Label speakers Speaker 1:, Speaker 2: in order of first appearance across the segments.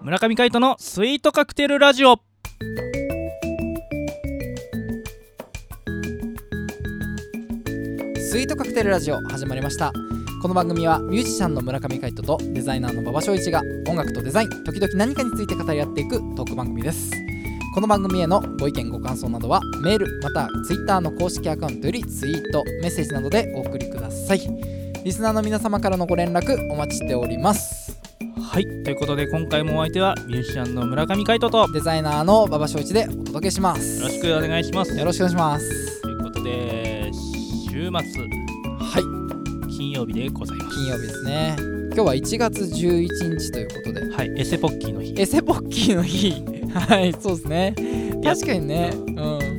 Speaker 1: 村上海人のスイートカクテルラジオ
Speaker 2: スイートカクテルラジオ始まりましたこの番組はミュージシャンの村上海人とデザイナーの馬場翔一が音楽とデザイン時々何かについて語り合っていくトーク番組ですこの番組へのご意見ご感想などはメールまたツイッターの公式アカウントよりツイートメッセージなどでお送りくださいリスナーの皆様からのご連絡お待ちしております
Speaker 1: はいということで今回もお相手はミュージシャンの村上海人とよ
Speaker 2: デザイナーの馬場翔一でお届けします
Speaker 1: ろしくお願いします
Speaker 2: よろしくお願いします
Speaker 1: ということで週末
Speaker 2: はい
Speaker 1: 金曜日でございます
Speaker 2: 金曜日ですね今日は1月11日ということで
Speaker 1: はいエセポッキーの日
Speaker 2: エセポッキーの日はいそうですね
Speaker 1: や
Speaker 2: 確かにね、うん、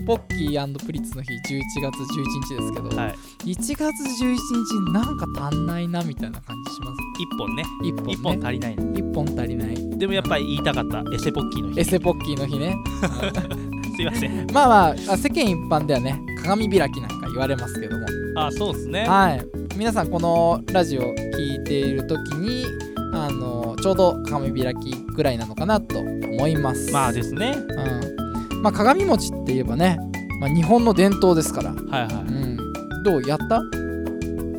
Speaker 2: ポッキープリッツの日11月11日ですけど、
Speaker 1: はい
Speaker 2: 1月11日なんか足んないなみたいな感じします
Speaker 1: 一本ね
Speaker 2: 一本ね
Speaker 1: 一本足りない
Speaker 2: 一本足りない
Speaker 1: でもやっぱり言いたかったエセポッキーの日
Speaker 2: エセポッキーの日ね
Speaker 1: すいません
Speaker 2: まあまああ世間一般ではね鏡開きなんか言われますけども
Speaker 1: あそうですね
Speaker 2: はい皆さんこのラジオ聞いている時にあのちょうど鏡開きぐらいなのかなと思います
Speaker 1: まあですね
Speaker 2: うんまあ、鏡餅って言えばね、まあ、日本の伝統ですから、
Speaker 1: はいは
Speaker 2: うん、どうやった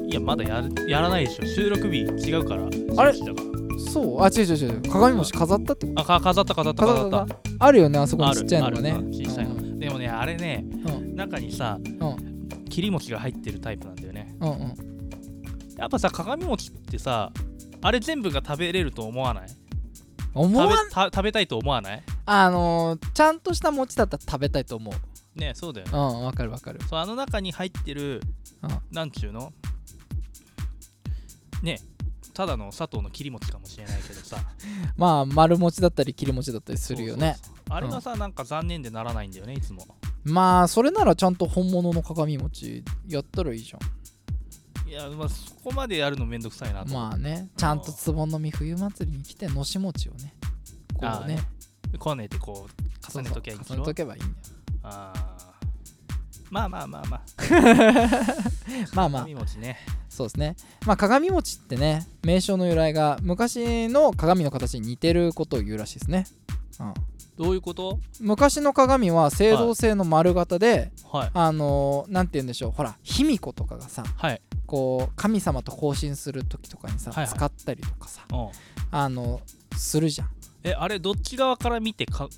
Speaker 1: いいやまだやるやらないでしょ収録日違うから
Speaker 2: あれ
Speaker 1: 収録日だか
Speaker 2: そうあ違う違う違う鏡餅飾ったってこ
Speaker 1: らあか飾った飾った
Speaker 2: と
Speaker 1: 飾った
Speaker 2: あるよねあそこ
Speaker 1: あ
Speaker 2: に
Speaker 1: る
Speaker 2: ちっちゃいのがね
Speaker 1: ある小さいの、
Speaker 2: うん
Speaker 1: でもねあれね
Speaker 2: うん
Speaker 1: 中にさ、
Speaker 2: う
Speaker 1: 切り餅が入ってるタイプなんだよね
Speaker 2: うんうん
Speaker 1: やっぱさ鏡餅ってさあれ全部が食べれると思わない
Speaker 2: 思わん
Speaker 1: 食べた食べたいと思わない
Speaker 2: あのーちゃんとした餅だったら食べたいと思う
Speaker 1: ねそうだよね
Speaker 2: うんわかるわかる
Speaker 1: そうあの中に入ってる
Speaker 2: うん
Speaker 1: なんちゅうのねただの佐藤の切り餅かもしれないけどさ
Speaker 2: まあ丸餅だったり切り餅だったり するよね
Speaker 1: そうそうそうあれがさ、なんか残念でならないんだよねいつも
Speaker 2: まあそれならちゃんと本物の鏡餅やったらいいじゃ
Speaker 1: いやまあそこまでやるのめんどくさいなと
Speaker 2: んまあねちゃんとつぼの実冬祭りに来てのし餅をねこ
Speaker 1: あ
Speaker 2: う
Speaker 1: ー
Speaker 2: ね
Speaker 1: こねてこう重ねときゃいいんでし
Speaker 2: そうそ
Speaker 1: ょ
Speaker 2: う重ねとけばいいんだよ
Speaker 1: あーまあまあまあまあ
Speaker 2: まあまあ
Speaker 1: 鏡餅ね
Speaker 2: そうですねまあ鏡餅ってね名称の由来が昔の鏡の形に似てることを言うらしいですね、うん、
Speaker 1: どういうこと
Speaker 2: 昔の鏡は青銅製の丸型で、
Speaker 1: はい
Speaker 2: あのー、なんて言うんでしょうほら卑弥呼とかがさ
Speaker 1: はい
Speaker 2: こう神様と交信する時とかにさ、
Speaker 1: はいはい
Speaker 2: 使ったりとかさ
Speaker 1: うん
Speaker 2: あのするじゃん
Speaker 1: えあれどっち側から見てか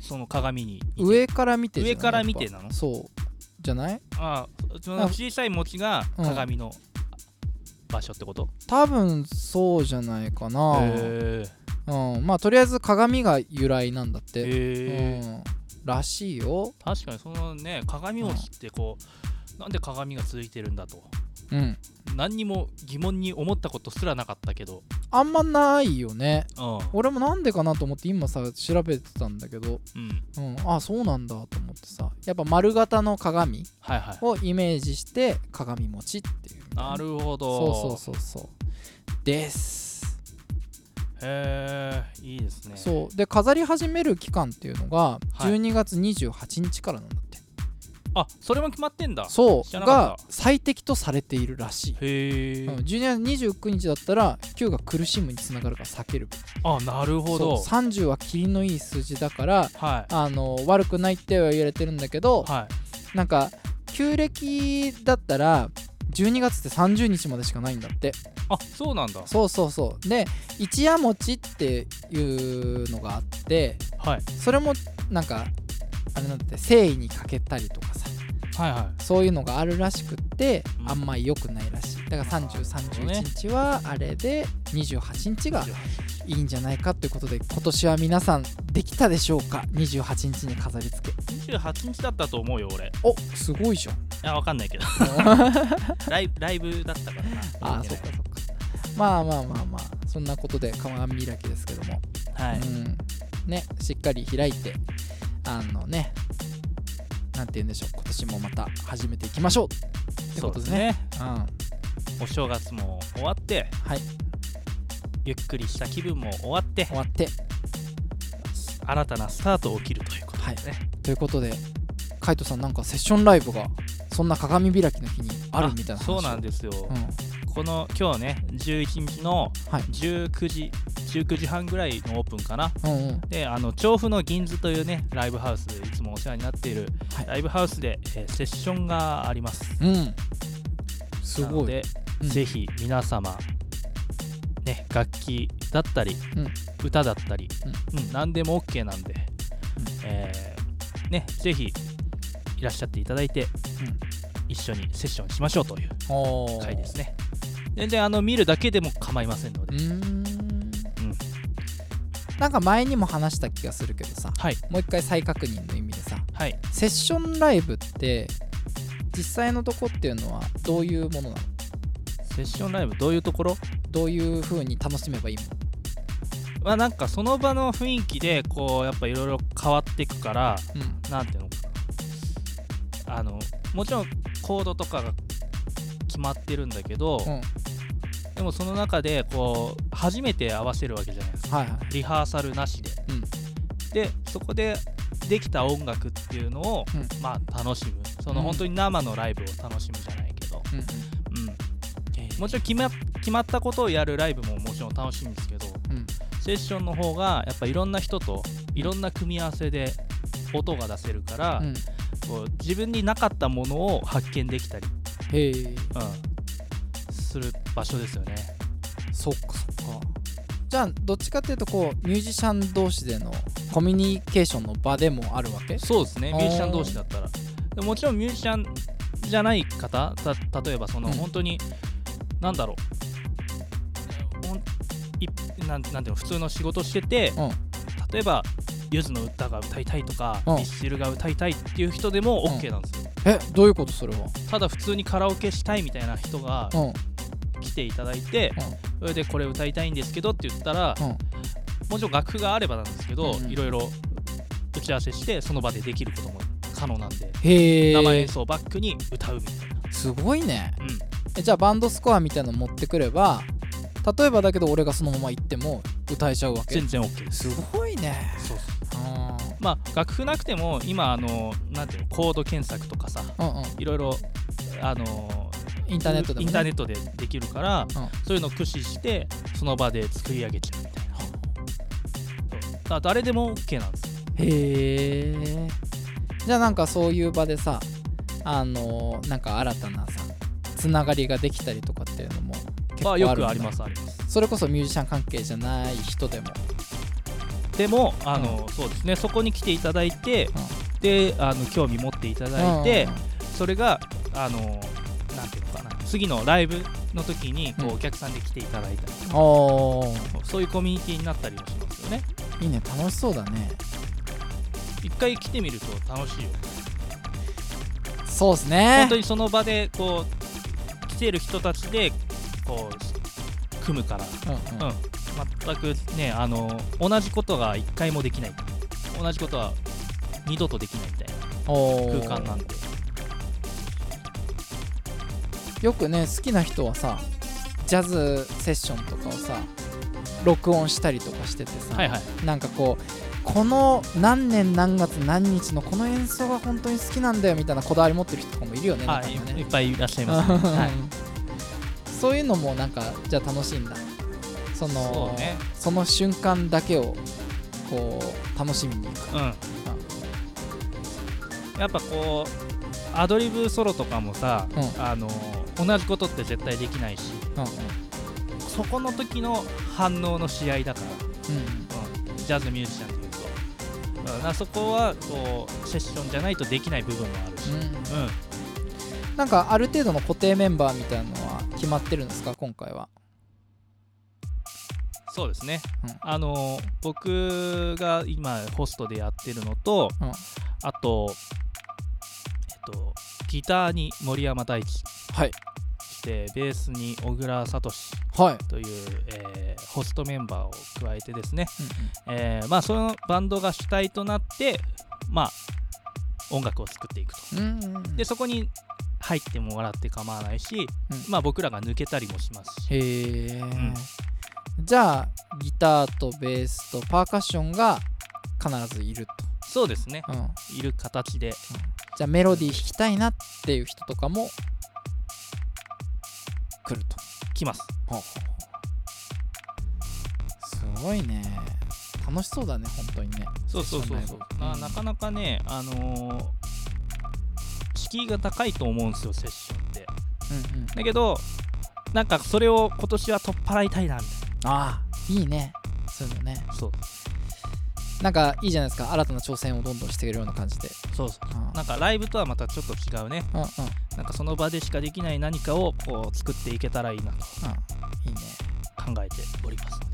Speaker 1: その鏡に似てる
Speaker 2: 上から見てじゃない
Speaker 1: 上から見て
Speaker 2: やっぱ
Speaker 1: なの
Speaker 2: そうじゃない
Speaker 1: ああその
Speaker 2: あ
Speaker 1: 小さい餅が
Speaker 2: うん
Speaker 1: 鏡の場所ってこと、
Speaker 2: 多分そうじゃないかな、
Speaker 1: へー
Speaker 2: うん、まあとりあえず鏡が由来なんだって、
Speaker 1: へー
Speaker 2: うん、らしいよ
Speaker 1: 確かにそのね鏡餅ってこう、なんで鏡が続いてるんだと
Speaker 2: うん
Speaker 1: 何にも疑問に思ったことすらなかったけど、
Speaker 2: あんまないよね
Speaker 1: うん
Speaker 2: 俺もなんでかなと思って今さ調べてたんだけど、
Speaker 1: うん、
Speaker 2: うん、あそうなんだと思ってさやっぱ丸型の鏡
Speaker 1: はいはい
Speaker 2: をイメージして鏡餅っていう
Speaker 1: なるほど
Speaker 2: そうそうそうそうです、
Speaker 1: へえいいですね
Speaker 2: そうで飾り始める期間っていうのが
Speaker 1: はい
Speaker 2: 12月28日からなんだって、
Speaker 1: あそれも決まってんだ
Speaker 2: そ
Speaker 1: 知ら
Speaker 2: う
Speaker 1: なか
Speaker 2: が
Speaker 1: った
Speaker 2: 最適とされているらしい、
Speaker 1: へえ、
Speaker 2: うん、12月29日だったら9が苦しむにつながるから避ける
Speaker 1: あなるほど
Speaker 2: そう30は霧のいい数字だから
Speaker 1: はい
Speaker 2: あの悪くないっては言われてるんだけど、
Speaker 1: はい
Speaker 2: なんか旧暦だったら12月って30日までしかないんだって
Speaker 1: あそうなんだ
Speaker 2: そうそうそうで一夜餅っていうのがあって
Speaker 1: はい
Speaker 2: それもなんかあれなんだって誠意にかけたりとかさ
Speaker 1: はいは
Speaker 2: そういうのがあるらしくって
Speaker 1: うん
Speaker 2: あんまり良くないらしいだから3031日はあれで28日がいいんじゃないかということで今年は皆さんできたでしょうか28日に飾り付け
Speaker 1: い28日だったと思うよ俺い
Speaker 2: おすごいじゃん
Speaker 1: やわかんない けどライブライブだったからな
Speaker 2: あーそっかそっかまあまあまあまあそんなことで鏡開きですけども、
Speaker 1: はい、
Speaker 2: うんねしっかり開いてあのねなんて言うんでしょう今年もまた始めていきましょうって
Speaker 1: そ
Speaker 2: こ
Speaker 1: うで
Speaker 2: とですすね
Speaker 1: ね
Speaker 2: うん
Speaker 1: お正月も終わって
Speaker 2: はい
Speaker 1: ゆっくりした気分も終わって
Speaker 2: 終わって
Speaker 1: 新たなスタートを切るということですね
Speaker 2: ということでカイトさんなんかセッションライブがそんな鏡開きの日にあるみたいな話
Speaker 1: そうなん
Speaker 2: で、
Speaker 1: ですよ、
Speaker 2: うん、
Speaker 1: この今日ね11日の
Speaker 2: はい
Speaker 1: 19時、19時半ぐらいのオープンかな
Speaker 2: うんうん
Speaker 1: であの調布の銀座というねライブハウスでいつもお世話になっている
Speaker 2: はい
Speaker 1: ライブハウスで、えーセッションがあります
Speaker 2: うんす
Speaker 1: なの
Speaker 2: ごい
Speaker 1: で、
Speaker 2: うん
Speaker 1: ぜひ皆様ね楽器だったり、歌だったり、うん何でも OK なんで、
Speaker 2: うん
Speaker 1: えーねぜひいらっしゃっていただいて、一緒にセッションしましょうという
Speaker 2: おー
Speaker 1: 回ですね全然あの見るだけでも構いませんの
Speaker 2: う
Speaker 1: で、
Speaker 2: ーんなんか前にも話した気がするけどさ
Speaker 1: はい
Speaker 2: もう一回再確認の意味でさ
Speaker 1: はい
Speaker 2: セッションライブって実際のとこっていうのはどういうものなの
Speaker 1: セッションライブどういうところ
Speaker 2: どういう風に楽しめばいい
Speaker 1: まあなんかその場の雰囲気でこうやっぱいろいろ変わっていくから
Speaker 2: の、うん、
Speaker 1: なんていうのかなあのもちろんコードとかが決まってるんだけど、
Speaker 2: うん
Speaker 1: でもその中でこう初めて合わせるわけじゃないですか
Speaker 2: はいはい
Speaker 1: リハーサルなしで、
Speaker 2: うん
Speaker 1: でそこでできた音楽っていうのを、
Speaker 2: うん
Speaker 1: まあ楽しむその
Speaker 2: うん
Speaker 1: 本当に生のライブを楽しむじゃないけど、
Speaker 2: うん
Speaker 1: うんもちろん決ま決まったことをやるライブももちろん楽しいんですけど
Speaker 2: うん
Speaker 1: セッションの方がやっぱいろんな人といろんな組み合わせで音が出せるから、
Speaker 2: うん
Speaker 1: こう自分になかったものを発見できたり、
Speaker 2: へえ
Speaker 1: うん、する場所ですよね。
Speaker 2: そっかそっかじゃあどっちかっていうとこうミュージシャン同士でのコミュニケーションの場でもあるわけ
Speaker 1: そうですね
Speaker 2: あー
Speaker 1: ミュージシャン同士だったらでもちろんミュージシャンじゃない方た例えばその
Speaker 2: うん
Speaker 1: 本当に、なんだろうほんいなんなんていうの普通の仕事してて、
Speaker 2: うん
Speaker 1: 例えばゆずの歌が歌いたいとか、
Speaker 2: うん
Speaker 1: ミッシルが歌いたいっていう人でも
Speaker 2: うん
Speaker 1: OK なんですよ、
Speaker 2: えどういうことそれは
Speaker 1: ただ普通にカラオケしたいみたいな人が
Speaker 2: うん
Speaker 1: 来ていただいて、それでこれ歌いたいんですけどって言ったら、
Speaker 2: うん
Speaker 1: もちろん楽譜があればなんですけど、
Speaker 2: うんうん
Speaker 1: いろいろ打ち合わせしてその場でできることも可能なんで
Speaker 2: へえ
Speaker 1: 生演奏バックに歌うみたい
Speaker 2: すごいね
Speaker 1: な、うん、
Speaker 2: えじゃあバンドスコアみたいなの持ってくれば例えばだけど俺がそのまま行っても歌えちゃうわけ
Speaker 1: 全然 OK です
Speaker 2: すごいね
Speaker 1: そうそう
Speaker 2: あ
Speaker 1: まあ楽譜なくても今あのなんていうのコード検索とかさ
Speaker 2: ーうんうん
Speaker 1: いろいろあの
Speaker 2: インターネットでも、ね、
Speaker 1: インターネットでできるから、
Speaker 2: うん
Speaker 1: そういうのを駆使してその場で作り上げちゃうみたいな、そうだから誰でも OK なんですよ
Speaker 2: へえじゃあなんかそういう場でさあのーなんか新たなさつながりができたりとかっていうのも結構
Speaker 1: ま
Speaker 2: あ
Speaker 1: あ
Speaker 2: るんだ
Speaker 1: よくありますあります
Speaker 2: それこそミュージシャン関係じゃない人でも
Speaker 1: でもあの、そうですねそこに来ていただいて、であの興味持っていただいて、それがあのなんていうのかな次のライブの時にこう、
Speaker 2: うん
Speaker 1: お客さんで来ていただいたり
Speaker 2: うんおー
Speaker 1: そういうコミュニティになったりもしますよね
Speaker 2: いいね楽しそうだね
Speaker 1: 一回来てみると楽しいよ
Speaker 2: そうっすね
Speaker 1: 本当にその場でこう来てる人たちでこう組むから、
Speaker 2: うんうん
Speaker 1: うん、全くねあの同じことが一回もできない同じことは二度とできないみたい
Speaker 2: おー
Speaker 1: な空間なんで
Speaker 2: よくね好きな人はさジャズセッションとかをさ録音したりとかしててさ、
Speaker 1: はいはい
Speaker 2: なんかこうこの何年何月何日のこの演奏が本当に好きなんだよみたいなこだわり持ってる人とかもいるよね
Speaker 1: あ
Speaker 2: 中
Speaker 1: い
Speaker 2: にはね
Speaker 1: いっぱいいらっしゃいますね、 はい、
Speaker 2: そういうのもなんかじゃあ楽しいんだその
Speaker 1: そうね
Speaker 2: その瞬間だけをこう楽しみに行く
Speaker 1: うん、やっぱこうアドリブソロとかもさ、
Speaker 2: う
Speaker 1: あの同じことって絶対できないし
Speaker 2: うん
Speaker 1: そこの時の反応の試合だから、
Speaker 2: う
Speaker 1: うん、ジャズミュージシャンっていうと、うん、だからそこはこうセッションじゃないとできない部分もあるし、
Speaker 2: ん、うん
Speaker 1: うん
Speaker 2: なんかある程度の固定メンバーみたいなのは決まってるんですか今回は
Speaker 1: そうですね、
Speaker 2: うん
Speaker 1: あの僕が今ホストでやってるのと、
Speaker 2: うん
Speaker 1: あと、えっと、ギターに森山大地
Speaker 2: はい
Speaker 1: そしてベースに小倉聡
Speaker 2: はい、
Speaker 1: という、えーホストメンバーを加えてですね、
Speaker 2: うん
Speaker 1: えーまあ、そのバンドが主体となって、まあ、音楽を作っていくと
Speaker 2: うんうんうん
Speaker 1: でそこに入ってもらって構わないし、
Speaker 2: うん
Speaker 1: まあ、僕らが抜けたりもしますし、
Speaker 2: へえ、じゃあギターとベースとパーカッションが必ずいると
Speaker 1: そうですね
Speaker 2: うん、じ
Speaker 1: いる形で
Speaker 2: ゃあメロディー弾きたいなっていう人とかも来ると
Speaker 1: 来ます
Speaker 2: すごいね楽しそうだね本当にね
Speaker 1: そうそうそうそう
Speaker 2: セッションラ
Speaker 1: な
Speaker 2: イブ
Speaker 1: なかなかねあのー敷居が高いと思うんですよセッションって
Speaker 2: うんうん
Speaker 1: だけどなんかそれを今年は取っ払いたいなみたい
Speaker 2: ああいいねそういうのね
Speaker 1: なそう
Speaker 2: なんかいいじゃないですか新たな挑戦をどんどんしているような感じで
Speaker 1: そうそう
Speaker 2: うん
Speaker 1: なんかライブとはまたちょっと違うね
Speaker 2: うんうんうん
Speaker 1: なんかその場でしかできない何かをこう作っていけたらいいなと
Speaker 2: いいね
Speaker 1: 考えておりますので、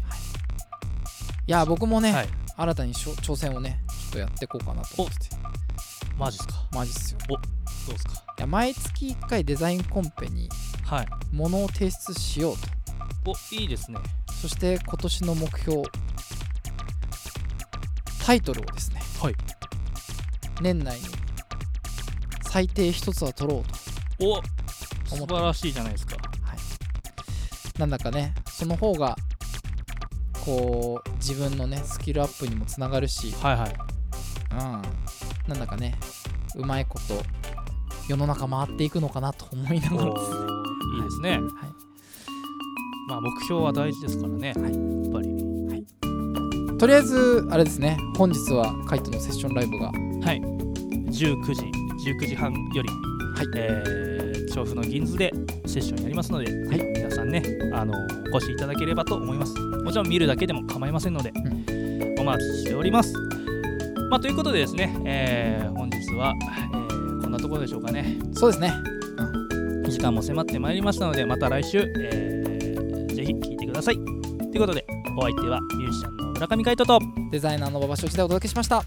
Speaker 2: いや僕もね、
Speaker 1: はい
Speaker 2: 新たにしょ挑戦をねちょっとやっていこうかなと思ってて
Speaker 1: マジですか
Speaker 2: マジっすよ
Speaker 1: どうですか
Speaker 2: いや毎月1回デザインコンペに
Speaker 1: はい
Speaker 2: ものを提出しようと
Speaker 1: おいいですね
Speaker 2: そして今年の目標タイトルをですね、
Speaker 1: はい
Speaker 2: 年内に最低1つは取ろうと、
Speaker 1: お素晴らしいじゃないですか
Speaker 2: なんだかねその方がこう自分のねスキルアップにもつながるし、
Speaker 1: はいはい
Speaker 2: うん、なんだかねうまいこと世の中回っていくのかなと思いな
Speaker 1: お
Speaker 2: がらですね、
Speaker 1: ーいいですね、
Speaker 2: はい、
Speaker 1: まあ目標は大事ですからね、
Speaker 2: はい
Speaker 1: やっぱり
Speaker 2: とりあえずあれですね本日はカイトのセッションライブが
Speaker 1: はい19時19時半より、
Speaker 2: はい
Speaker 1: えー調布の銀座でセッションやりますので、
Speaker 2: はい
Speaker 1: 皆さんねあのお越しいただければと思いますもちろん見るだけでも構いませんので、お待ちしておりますまあということでですね、えー本日は、えーこんなところでしょうかね
Speaker 2: そうですね
Speaker 1: 時間も迫ってまいりましたのでまた来週、えーぜひ聞いてくださいということでお相手はミュージシャンの村上海人と
Speaker 2: デザイナーの馬場所一でお届けしました